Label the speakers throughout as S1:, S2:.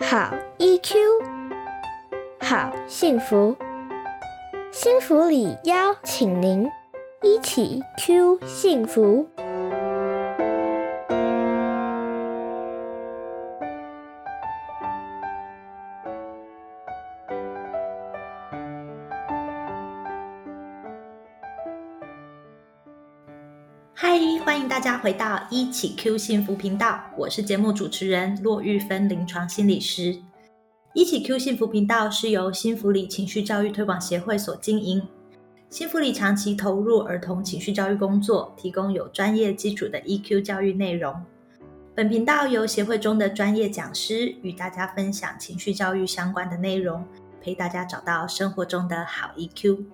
S1: 好
S2: EQ
S1: 好
S2: ，E 幸福，幸福里邀请您一起 Q 幸福。
S3: 嗨，欢迎大家回到一起 Q 幸福频道，我是节目主持人骆玉芬，临床心理师。一起 Q 幸福频道是由幸福里情绪教育推广协会所经营。幸福里长期投入儿童情绪教育工作，提供有专业基础的 EQ 教育内容。本频道由协会中的专业讲师与大家分享情绪教育相关的内容，陪大家找到生活中的好 EQ。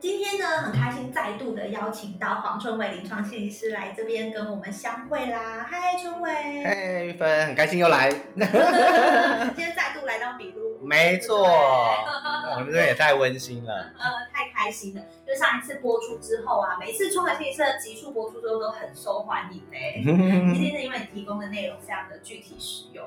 S3: 今天呢，很开心再度的邀请到黄春伟临床心理师来这边跟我们相会啦！嗨，春伟，
S4: 嘿，哎玉芬，很开心又来。
S3: 今天再度来到笔录，
S4: 没错，哦我们这边也太温馨了。
S3: 呃，太开心了！就上一次播出之后啊，每次春晚心理社的集数播出之后都很受欢迎嘞、 今天呢，因为你提供的内容非常的具体实用，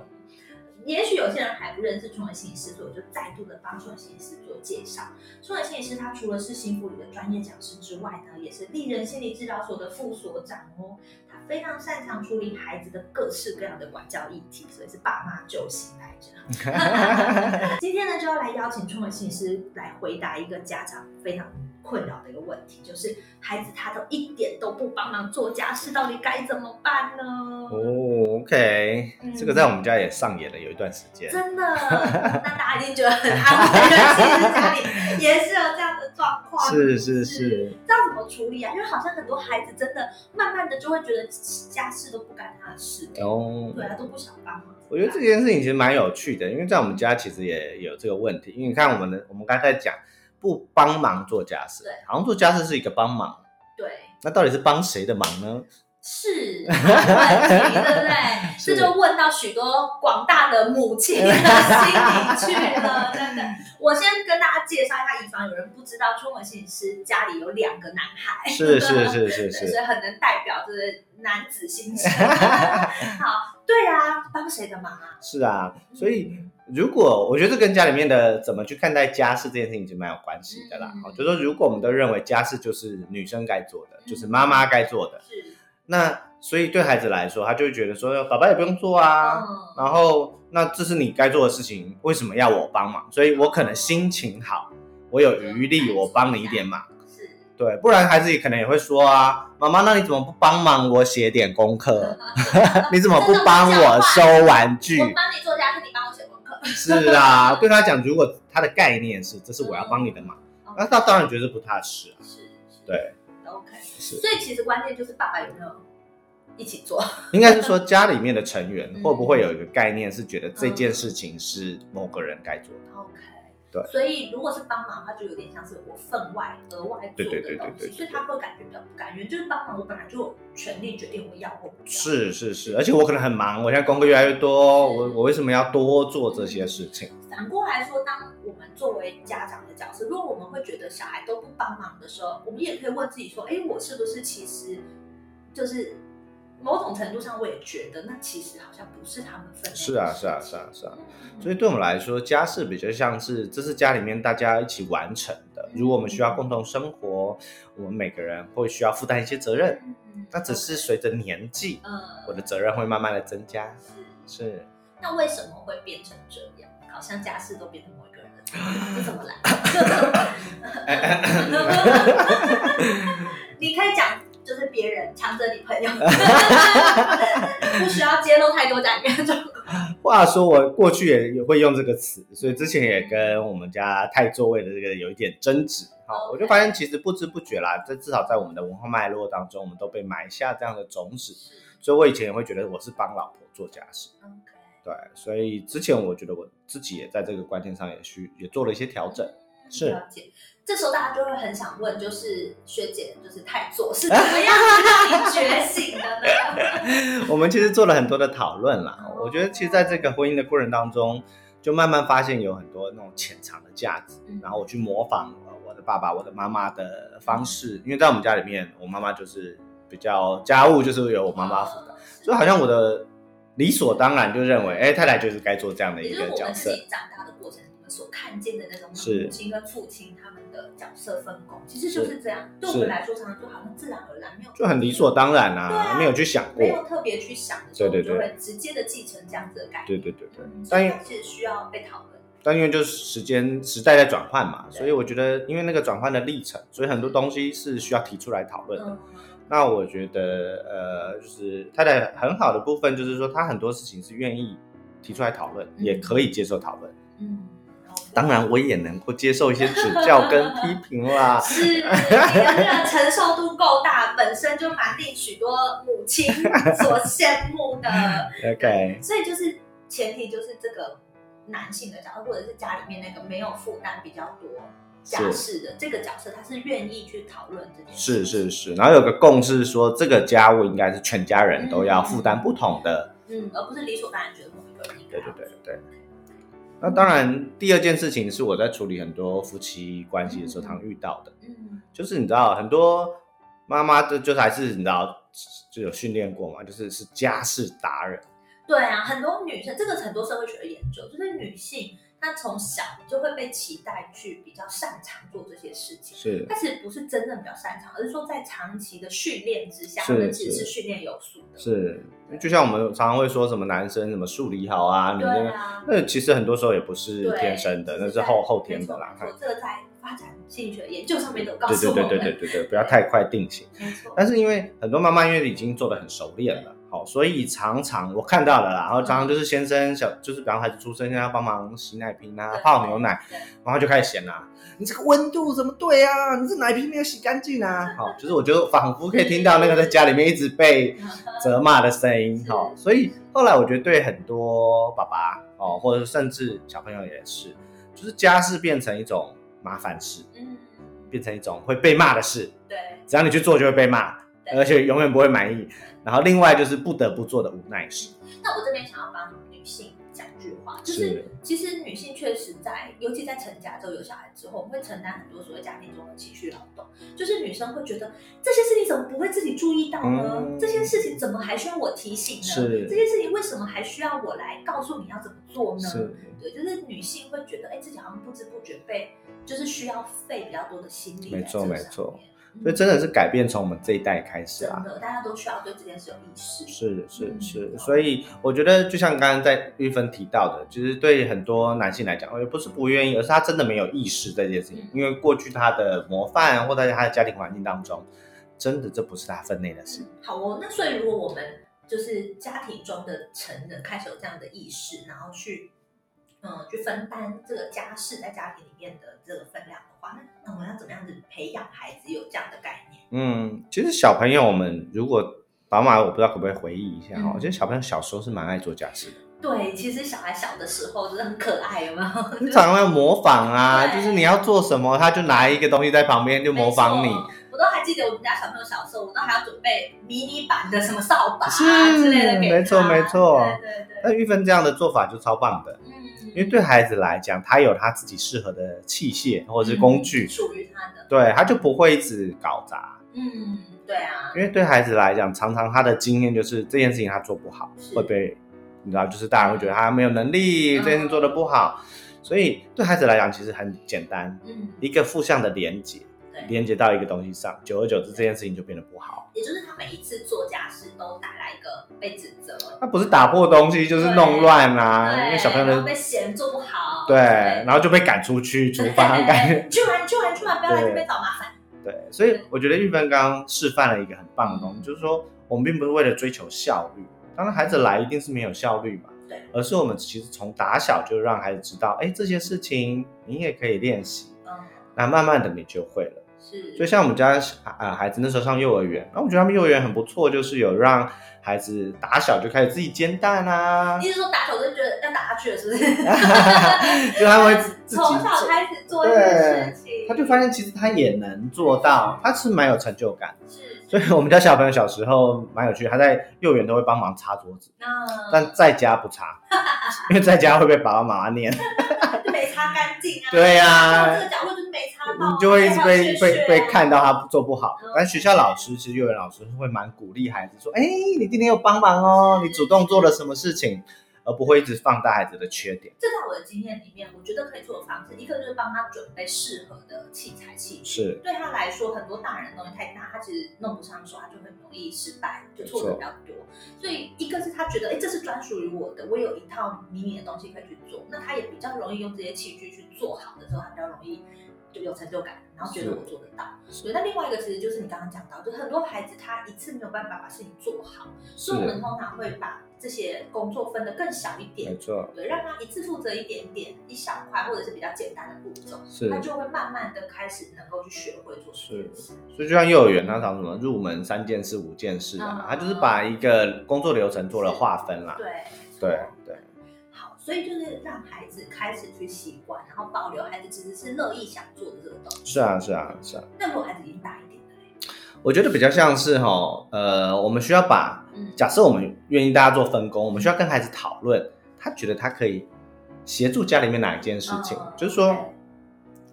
S3: 也许有些人还不认识中文心理师，所以我就再度的帮中文心理师做介绍。中文心理师他除了是新福里的专业讲师之外呢，也是丽人心理治疗所的副所长哦。他非常擅长处理孩子的各式各样的管教议题，所以是爸妈救星来着。 今天呢，就要来邀请中文心理师来回答一个家长非常困扰的一个问题，就是孩子他都一点都不帮忙做家事，到底该怎么办呢？
S4: 哦，OK，
S3: 嗯
S4: 这个在我们家也上演了有一段时间。
S3: 真 的，那大家一定觉得很安慰，但其实家里也是有这样的状况。
S4: 是是是，
S3: 这样怎么处理啊？因为好像很多孩子真的慢慢的就会觉得家事都不干他的事，
S4: 然后
S3: 对啊，都不想帮忙。
S4: 哦我觉得这件事情其实蛮有趣的，因为在我们家其实也有这个问题。因为你看，我们的我们刚才讲不帮忙做家事
S3: 对，
S4: 好像做家事是一个帮忙，
S3: 对。
S4: 那到底是帮谁的忙呢？
S3: 是问题，对不对？这
S4: 是
S3: 就问到许多广大的母亲的心里去了，真的。我先跟大家介绍一下，以防有人不知道，春文心理师家里有两个男孩，
S4: 是是是是
S3: 对
S4: 是
S3: 所，以很能代表就是男子心 情。好，对啊，帮谁的忙啊？嗯
S4: 是啊，所以如果我觉得这跟家里面的怎么去看待家事这件事情其实蛮有关系的啦
S3: 嗯。
S4: 哦我就说，如果我们都认为家事就是女生该做的，
S3: 嗯
S4: 就是妈妈该做的，
S3: 是，
S4: 那所以对孩子来说，他就会觉得说，爸爸也不用做啊，
S3: 嗯，
S4: 然后那这是你该做的事情，为什么要我帮忙？所以我可能心情好，我有余力，我帮你一点忙。
S3: 是，
S4: 对，不然孩子也可能也会说啊，妈妈，那你怎么不帮忙我写点功课？ 你怎么不帮我收玩具？
S3: 我帮你做家事，你帮我写功课。
S4: 是啊，对他讲，如果他的概念是这是我要帮你的忙，
S3: 嗯
S4: 那他当然觉得不踏实啊。
S3: 是，是
S4: 对
S3: ，OK。
S4: 是，
S3: 所以其实关键就是爸爸有没有一起做。
S4: 应该是说家里面的成员
S3: 嗯
S4: 会不会有一个概念是觉得这件事情是某个人该做的？
S3: OK，
S4: 对
S3: 所以如果是帮忙，他就有点像是我分外额外做
S4: 对对
S3: 的
S4: 对对
S3: 东
S4: 对
S3: 西，
S4: 对
S3: 所以他会感觉比较不甘愿。就是帮忙，我本来就有权利决定我要或不要。
S4: 是是是，而且我可能很忙，我现在功课越来越多，
S3: 是
S4: 我我为什么要多做这些事情？
S3: 反过来说，当我们作为家长的角色，如果我们会觉得小孩都不帮忙的时候，我们也可以问自己说：，哎，我是不是其实就是某种程度上，我也觉得那其实好像不是他们分内的
S4: 是啊是啊
S3: 事
S4: 是
S3: 情
S4: 啊是啊，
S3: 嗯
S4: 所以对我们来说，家事比较像是这是家里面大家一起完成的。如果我们需要共同生活，我们每个人会需要负担一些责任，
S3: 嗯
S4: 那只是随着年纪，
S3: 呃
S4: 我的责任会慢慢的增加。
S3: 是
S4: 是，
S3: 那为什么会变成这样？好像家事都变成某一个人的责任，你怎 么来？你可以讲，就是别人强着你朋 友，不需要揭露太多家里面的状况。
S4: 话说我过去也也会用这个词，所以之前也跟我们家太座位的这个有一点争执。好，我就发现其实不知不觉啦，这至少在我们的文化脉络当中，我们都被埋下这样的种子。所以我以前也会觉得我是帮老婆做家事，
S3: OK，
S4: 对，所以之前我觉得我自己也在这个观念上也需也做了一些调整。是
S3: 了解。这时候大家就会很想问，就是学姐，就是太做 是怎么样让你觉醒的呢？
S4: 我们其实做了很多的讨论啦，我觉得其实在这个婚姻的过程当中，就慢慢发现有很多那种潜藏的价值。
S3: 嗯
S4: 然后我去模仿呃我的爸爸、我的妈妈的方式，因为在我们家里面，我妈妈就是比较家务就是由我妈妈负责，
S3: 呃
S4: 所以好像我的理所当然就认为，哎、太太就是该做这样的
S3: 也
S4: 一
S3: 就是
S4: 个
S3: 我
S4: 角
S3: 们自
S4: 色。
S3: 己长大的过程，我们所看见的那种
S4: 是
S3: 母亲跟父亲他们的角色分工，其实
S4: 是
S3: 就是这样。对我
S4: 是
S3: 们来说，常常就好像自然而然，没有
S4: 就很理所当然
S3: 对啊
S4: 没有去想过
S3: 没。有特别去想的时候，
S4: 对
S3: 我
S4: 对
S3: 们
S4: 对
S3: 就会直接的继承这样子的概念。嗯
S4: 对对对对，
S3: 所
S4: 但
S3: 以
S4: 因
S3: 它是需要被讨论。
S4: 但因为就是时间时代在转换嘛，
S3: 对
S4: 所以我觉得因为那个转换的历程，所以很多东西是需要提出来讨论的。
S3: 嗯，
S4: 那我觉得呃，就是他的很好的部分就是说，他很多事情是愿意提出来讨论，
S3: 嗯
S4: 也可以接受讨论。
S3: 嗯，OK。
S4: 当然，我也能够接受一些指教跟批评 啦
S3: 是你的那个承受度够大，本身就蛮令许多母亲所羡慕的。
S4: OK，
S3: 所以就是前提就是这个男性的角色，或者是家里面那个没有负担比较多家事的这个角色，他是愿意去讨论这件事
S4: 是
S3: 情。
S4: 是是，然后有个共识说，这个家务应该是全家人都要负担不同的。
S3: 嗯，而不是理所当然觉得某一个人应该
S4: 对
S3: 要
S4: 对
S3: 做。
S4: 对对。
S3: 嗯
S4: 那当然，第二件事情是我在处理很多夫妻关系的时候，
S3: 嗯
S4: 常遇到的，
S3: 嗯
S4: 就是你知道很多妈妈就就是还是你知道就有训练过嘛，就是是家事达人。
S3: 对啊，很多女生，这个很多社会学的研究，就是女性她从小就会被期待去比较擅长做这些事情。
S4: 是
S3: 她其实不是真正比较擅长，而是说在长期的训练之下，
S4: 是
S3: 她们其实
S4: 是
S3: 是训练有素的。
S4: 是，就像我们常常会说什么男生什么数理好啊，你
S3: 对
S4: 这
S3: 啊，
S4: 那其实很多时候也不是
S3: 对
S4: 天生的，
S3: 就
S4: 那是
S3: 在
S4: 后后天的啦
S3: 没。错没错这个在发展心理学研究上面都有告
S4: 对
S3: 诉
S4: 对
S3: 我们，
S4: 对对对对对，不要太快定型。
S3: 没错。
S4: 但是因为很多妈妈因为已经做的很熟练了，好、所以常常我看到了啦，然后常常就是先生小，就是比方孩子出生，现在要帮忙洗奶瓶啊、
S3: 对
S4: 泡牛奶，
S3: 对
S4: 然后就开始嫌啦，你这个温度怎么对啊？你这奶瓶没有洗干净啊！好、就是我就仿佛可以听到那个在家里面一直被责骂的声音，
S3: 是
S4: 好、所以后来我觉得对很多爸爸哦，或者甚至小朋友也是，就是家事变成一种麻烦事，
S3: 嗯，
S4: 变成一种会被骂的事。
S3: 对，
S4: 只要你去做就会被骂，
S3: 对
S4: 而且永远不会满意。然后另外就是不得不做的无奈事，
S3: 那我这边想要帮女性讲句话，就是
S4: 是
S3: 其实女性确实在，尤其在成家之后有小孩之后，我们会承担很多所谓家庭中的情绪劳动。就是女生会觉得这些事情怎么不会自己注意到呢？
S4: 嗯
S3: 这些事情怎么还需要我提醒呢？
S4: 是
S3: 这些事情为什么还需要我来告诉你要怎么做呢？
S4: 是
S3: 对，就是女性会觉得，哎、自己好像不知不觉被，就是需要费比较多的心力在
S4: 没
S3: 这
S4: 错
S3: 上面。
S4: 没错
S3: 嗯，
S4: 所以真的是改变从我们这一代开始
S3: 真
S4: 啊。
S3: 的，大家都需要对这件事有意识。
S4: 是是
S3: 嗯
S4: 是，所以我觉得就像刚刚在玉芬提到的，其实对很多男性来讲，哦也不是不愿意，而是他真的没有意识这件事情
S3: 嗯，
S4: 因为过去他的模范或在他的家庭环境当中，真的这不是他分内的事。
S3: 好哦，那所以如果我们就是家庭中的成人开始有这样的意识，然后去嗯去分担这个家事在家庭里面的这个分量的话，那那我们要怎么样子培养孩子有这样的概念？
S4: 嗯，其实小朋友我们如果宝马，我不知道可不可以回忆一下哈、
S3: 嗯
S4: 其实小朋友小时候是蛮爱做家事的。
S3: 对，其实小孩小的时候就是很可爱，有没有？
S4: 你常常要模仿啊，
S3: 对
S4: 就是你要做什么，他就拿一个东西在旁边就模仿你
S3: 没。错。我都还记得我们家小朋友小时候，我都还要准备迷你版的什么扫把啊
S4: 是
S3: 之类的给他
S4: 没错没错
S3: 对对
S4: 那
S3: 对，
S4: 玉芬这样的做法就超棒的，
S3: 嗯，
S4: 因为对啊孩子来讲，他有他自己适合的器械或者是
S3: 嗯
S4: 工具，
S3: 属于他的，
S4: 对他就不会一直搞砸。
S3: 嗯，对啊，
S4: 因为对孩子来讲，常常他的经验就是这件事情他做不好，
S3: 是
S4: 会被你知道，就是大人会觉得他没有能力，
S3: 嗯
S4: 这件事做的不好，所以对孩子来讲其实很简单，
S3: 嗯，
S4: 一个负向的连接，
S3: 对。
S4: 连接到一个东西上，久而久之这件事情就变得不好。
S3: 也就是他每一次做家事都带来一个被指责，
S4: 那不是打破东西，就是弄乱啦、
S3: 对，
S4: 啊因为小朋友
S3: 然后
S4: 的
S3: 被嫌做不好，
S4: 对，然后就被赶出去厨房，感觉
S3: 对去玩去玩去玩，不要来这边找麻烦，
S4: 对。所
S3: 嗯
S4: 以我觉得玉芬刚刚示范了一个很棒的东西，就是说我们并不是为了追求效率，当然孩子来一定是没有效率嘛，
S3: 对，
S4: 而是我们其实从打小就让孩子知道，哎，这些事情你也可以练习，
S3: 嗯，
S4: 那慢慢的你就会了。
S3: 是，
S4: 就像我们家啊、呃孩子那时候上幼儿园，那我觉得他们幼儿园很不错，就是有让孩子打小就开始自己煎 蛋啊，
S3: 你是说打手就觉得要打下去了， 是不是？
S4: 就他会自己
S3: 从小
S4: 做
S3: 开始做一些事情，
S4: 他就发现其实他也能做到，他是蛮有成就感。
S3: 是，
S4: 所以我们家小朋友小时候蛮有趣，他在幼儿园都会帮忙擦桌子，
S3: 那
S4: 但在家不擦，因为在家会被爸爸妈妈念。
S3: 就没擦擦干净啊，
S4: 对啊
S3: 然后这个角落就是没擦到啊，
S4: 你就会一直
S3: 还
S4: 被
S3: 有缺
S4: 被
S3: 血啊
S4: 被看到他做不好
S3: 嗯。
S4: 但学校老师其实幼儿园老师会蛮鼓励孩子说：“哎、你今天有帮忙哦，你主动做了什么事情，而不会一直放大孩子的缺点。
S3: 这在我的经验里面，我觉得可以做的方式，一个就是帮他准备适合的器材器”具。
S4: 是，
S3: 对他来说，很多大人的东西太大，他其实弄不上手，他就很容易失败，就错的比较多。所以一个是他觉得，哎，这是专属于我的，我有一套迷你的东西可以去做，那他也比较容易用这些器具去做好的时候，他比较容易就有成就感，然后觉得
S4: 是
S3: 我做得到。对，那另外一个其实就是你刚刚讲到，就是很多孩子他一次没有办法把事情做好，所以我
S4: 是
S3: 们通常会把这些工作分得更小一点
S4: 没，错，
S3: 对，让他一次负责一点点，一小块或者是比较简单的步骤，
S4: 是
S3: 他。就会慢慢的开始能够去学会做这件事。
S4: 所以就像幼儿园，他常什么入门三件事、五件事啊
S3: 嗯，
S4: 他就是把一个工作流程做了划分啦。
S3: 对
S4: 对
S3: 对。好，所以就是让孩子开始去习惯，然后保留孩子其实是乐意想做的这个东西。
S4: 是啊，是啊，是啊。
S3: 那如果孩子已经大一点了嘞，
S4: 我觉得比较像是哈，呃，我们需要把
S3: 嗯，
S4: 假设我们愿意大家做分工，我们需要跟孩子讨论，他觉得他可以协助家里面哪一件事情，
S3: 嗯
S4: 就是说
S3: 对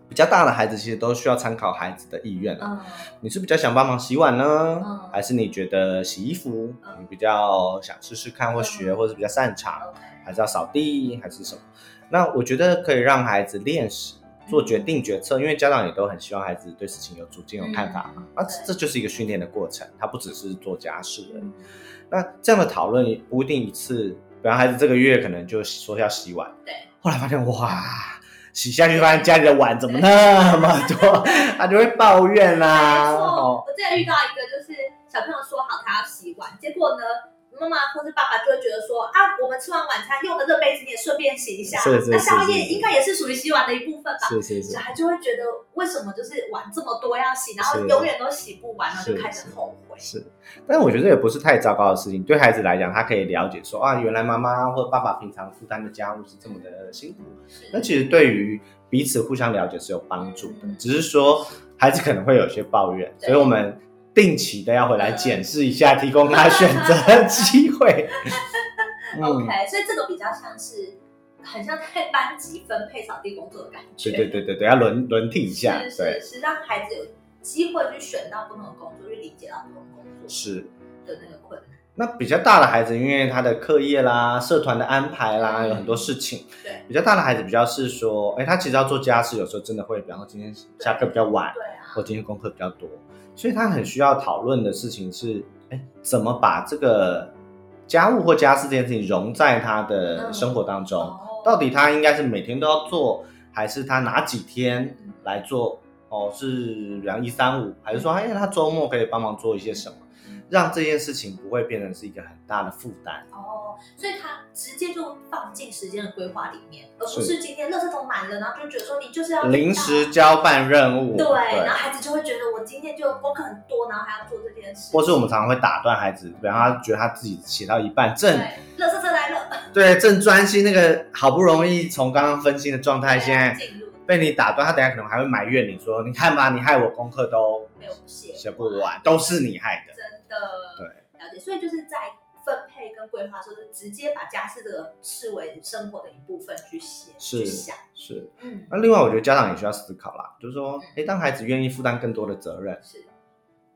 S4: 比较大的孩子其实都需要参考孩子的意愿啊。
S3: 嗯
S4: 你是比较想帮忙洗碗呢，
S3: 嗯
S4: 还是你觉得洗衣服、
S3: 嗯
S4: 你比较想试试看或学，
S3: 嗯
S4: 或者是比较擅长，
S3: ，OK，
S4: 还是要扫地还是什么？那我觉得可以让孩子练习做
S3: 嗯
S4: 决定决策，因为家长也都很希望孩子对事情有主见、有看法。
S3: 嗯，
S4: 啊，
S3: 对
S4: 这就是一个训练的过程，它不只是做家事而已。
S3: 嗯
S4: 那这样的讨论也不一定一次，比方孩子这个月可能就说要洗碗，
S3: 对，
S4: 后来发现哇，洗下去发现家里的碗怎么那么多，他就会抱怨啦、
S3: 没错
S4: 哦，，
S3: 我之前遇到一个，就是小朋友说好他要洗碗，结果呢，妈妈或是爸爸就会觉得说啊，我们吃完晚餐用的这杯子你也顺便洗一下，
S4: 是是
S3: 那
S4: 是
S3: 宵
S4: 是
S3: 夜
S4: 是
S3: 应该也是属于洗碗的一部分吧。
S4: 是是是
S3: 小，孩就会觉得为什么就是碗这么多要洗，然后
S4: 是
S3: 永远都洗不完，然后就是开始后悔。
S4: 是，但我觉得也不是太糟糕的事情，对孩子来讲，他可以了解说啊，原来妈妈或爸爸平常负担的家务是这么的辛苦，那其实对于彼此互相了解是有帮助的
S3: 嗯，
S4: 只是说孩子可能会有些抱怨，
S3: 对
S4: 所以我们定期的要回 来检视一下，提供他选择的机会。嗯，
S3: OK，所以这个比较像是很像在班级分配扫地工作的感觉。
S4: 对对对对对，要轮轮替一下，
S3: 是是
S4: 对，
S3: 是，让孩子有机会去选到不同的工作，去理解到不同工作
S4: 是。
S3: 的那个困难。
S4: 那比较大的孩子，因为他的课业啦、社团的安排啦，
S3: 嗯
S4: 有很多事情。
S3: 对，
S4: 比较大的孩子比较是说，哎、他其实要做家事，有时候真的会，比方说今天下课比较晚，
S3: 对啊，
S4: 或今天功课比较多，所以他很需要讨论的事情是，哎，怎么把这个家务或家事这件事情融在他的
S3: 嗯
S4: 生活当中？
S3: 哦
S4: 到底他应该是每天都要做，还是他哪几天
S3: 嗯
S4: 来做？哦，是然一三五，还是说，哎，他周末可以帮忙做一些什么
S3: 嗯，
S4: 让这件事情不会变成是一个很大的负担？
S3: 哦，所以他直接就放进时间的规划里面，而不
S4: 是
S3: 是今天垃圾桶满了，然后就觉得说你就是要
S4: 临时。交办任务，
S3: 对，然后孩子就会觉得我今天就功课很多，然后还要做这件事。
S4: 或是我们常常会打断孩子，然后他觉得他自己写到一半，正
S3: 对，垃圾车来了，
S4: 对，正专心，那个好不容易从刚刚分心的状态，现在
S3: 进入
S4: 被你打断，他等下可能还会埋怨你说：“你看吧，你害我功课都
S3: 没有写
S4: 写不完，都是你害的。
S3: 真的
S4: 对
S3: 了解，所以就是在分配跟规划的时候，就是直接把家事这个视为生活的一部分去写
S4: 是
S3: 去想，”
S4: 是。
S3: 嗯，
S4: 那另外，我觉得家长也需要思考啦，就是说，诶，当孩子愿意负担更多的责任，
S3: 是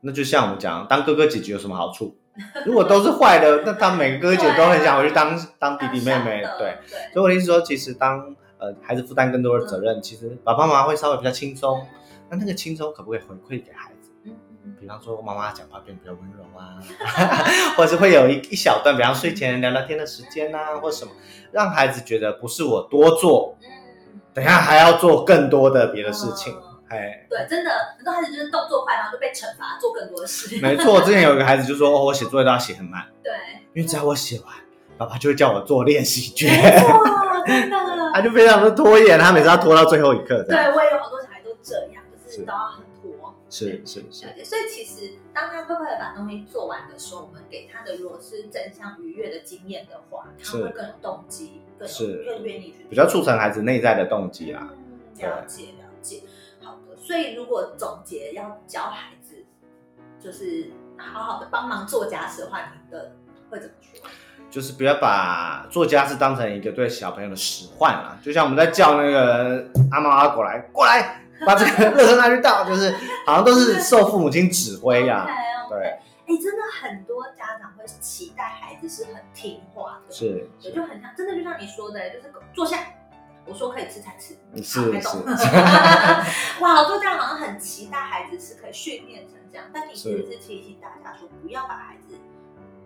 S4: 那就像我们讲，当哥哥姐姐有什么好处？ 如果都是坏的，那他每个哥哥姐姐都很想回去当当弟弟妹妹
S3: 当上，的
S4: 对。
S3: 对，
S4: 所以我的意思说，其实当呃孩子负担更多的责任，其实爸爸妈妈会稍微比较轻松。那那个轻松可不可以回馈给孩子？
S3: 嗯嗯
S4: 比方说妈妈讲话变得比较温柔啊， 或者是会有一一小段，比方睡前聊聊天的时间呐、啊，或什么，让孩子觉得不是我多做，
S3: 嗯，
S4: 等一下还要做更多的别的事情。
S3: 嗯
S4: 哎，
S3: 对，真的很多孩子就是动作快，然后就被惩罚做更多的事。
S4: 没错，之前有一个孩子就说，哦，我写作业都要写很慢，
S3: 对，
S4: 因为只要我写完，爸爸就会叫我做练习
S3: 没
S4: 卷，
S3: 错，真的。
S4: 他就非常的拖延，他每次要拖到最后一刻这样。
S3: 对，我也有好多小孩都这样，就是
S4: 是
S3: 都要很拖。
S4: 是是是
S3: 了，解，所以其实当他快快的把东西做完的时候，我们给他的如果是正向愉悦的经验的话，他
S4: 是
S3: 会更有动机，更有
S4: 是
S3: 更愿意去做
S4: 比较促成孩啊子内在的动机啦。
S3: 嗯，了解了解，好的。所以如果总结要教孩子，就是好好的帮忙做家事的话，你的会怎么说？
S4: 就是不要把做家事当成一个对小朋友的使唤啊，就像我们在叫那个阿猫阿狗来过来，把这个垃圾拿去倒，就是好像都是受父母亲指挥呀、啊。
S3: OK，OK
S4: 对，
S3: 哎、真的很多家长会期待孩子是很听话的，
S4: 是
S3: 对，就很像，真的就像你说的，就是坐下，我说可以吃才吃，
S4: 嗯是
S3: 好还懂
S4: 是
S3: 哇，做家长好像很期待孩子是可以训练成这样，但你其实是提醒大家说，不要把孩子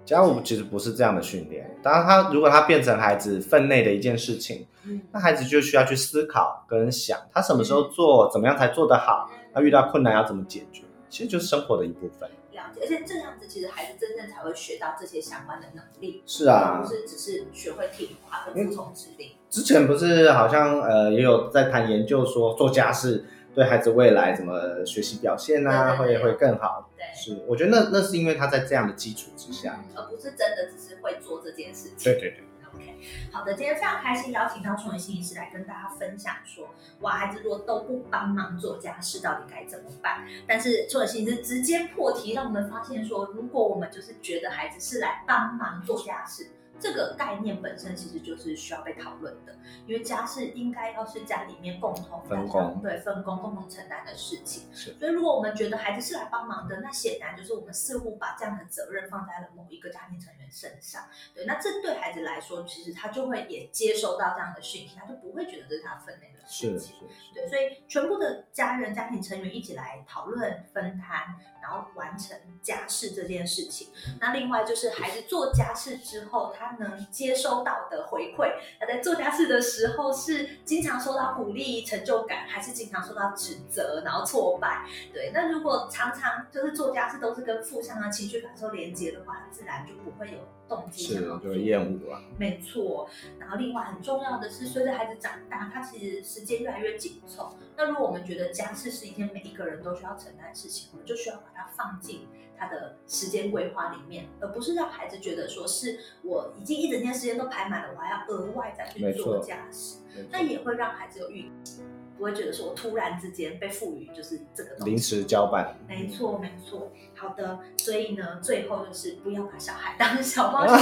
S4: 家务其实不是这样的训练。当然他，如果他变成孩子分内的一件事情，
S3: 嗯
S4: 那孩子就需要去思考跟想，他什么时候做，怎么样才做得好，他遇到困难要怎么解决，其实就是生活的一部分。
S3: 了解，而且这样子其实孩子真正才会学到这些相关的能力，
S4: 是啊
S3: 而不是只是学会听话跟服从指令。
S4: 之前不是好像呃也有在谈研究说做家事对孩子未来怎么学习表现
S3: 对
S4: 啊，
S3: 对
S4: 会
S3: 对
S4: 会更好。
S3: 对，
S4: 是，我觉得那那是因为他在这样的基础之下。
S3: 而不是真的只是会做这件事情。
S4: 啊对对对，
S3: OK，好的，今天非常开心邀请到创维心理师来跟大家分享说，哇，孩子如果都不帮忙做家事，到底该怎么办？但是创维心理师直接破题，让我们发现说，如果我们就是觉得孩子是来帮忙做家事。这个概念本身其实就是需要被讨论的，因为家事应该要是家里面共同
S4: 分
S3: 大家
S4: 工
S3: 对分工共同承担的事情。
S4: 是
S3: 所以如果我们觉得孩子是来帮忙的，那显然就是我们似乎把这样的责任放在了某一个家庭成员身上。对，那这对孩子来说，其实他就会也接收到这样的讯息，他就不会觉得这是他分内的事
S4: 是是
S3: 情。对，所以全部的家人、家庭成员一起来讨论、分摊，然后完成家事这件事情。那另外就是孩子做家事之后，他能接收到的回馈，他在做家事的时候是经常受到鼓励、成就感，还是经常受到指责，然后挫败？对，那如果常常就是做家事都是跟负向的情绪感受连接的话，自然就不会有动机
S4: 是
S3: 想要，
S4: 就
S3: 做。
S4: 是厌恶啊。
S3: 没错，然后另外很重要的是，随着孩子长大，他其实时间越来越紧凑。那如果我们觉得家事是一件每一个人都需要承担的事情，我们就需要把它放进他的时间规划里面，而不是让孩子觉得说是我已经一整天时间都排满了，我还要额外再去
S4: 没
S3: 做
S4: 错
S3: 家事，
S4: 没错
S3: 那也会让孩子有预期，不会觉得说我突然之间被赋予就是这个东西
S4: 临时交办，
S3: 没错，没错。好的，所以呢，最后就是不要把小孩当小猫小孩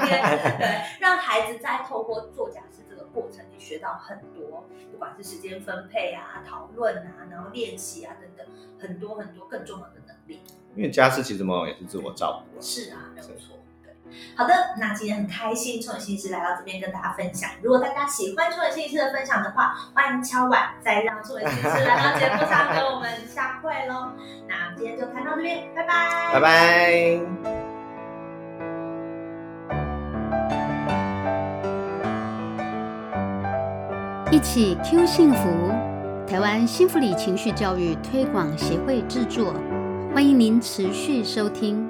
S3: 训练，对，让孩子在透过做家事这个过程里学到很多，不管是时间分配啊、讨论啊、然后练习啊等等，很多很多更重要的能力。
S4: 因为家事其实某种也是自我照顾啊。
S3: 是啊，没有错。对，好的，那今天很开心，冲野心理师来到这边跟大家分享。如果大家喜欢冲野心理师的分享的话，欢迎敲碗，再让冲野心理师来到节目上跟我们相会喽。那我们今天就谈到这边，拜拜，
S4: 拜。拜。
S5: 一起 Q 幸福，台湾幸福里情绪教育推广协会制作，欢迎您持续收听。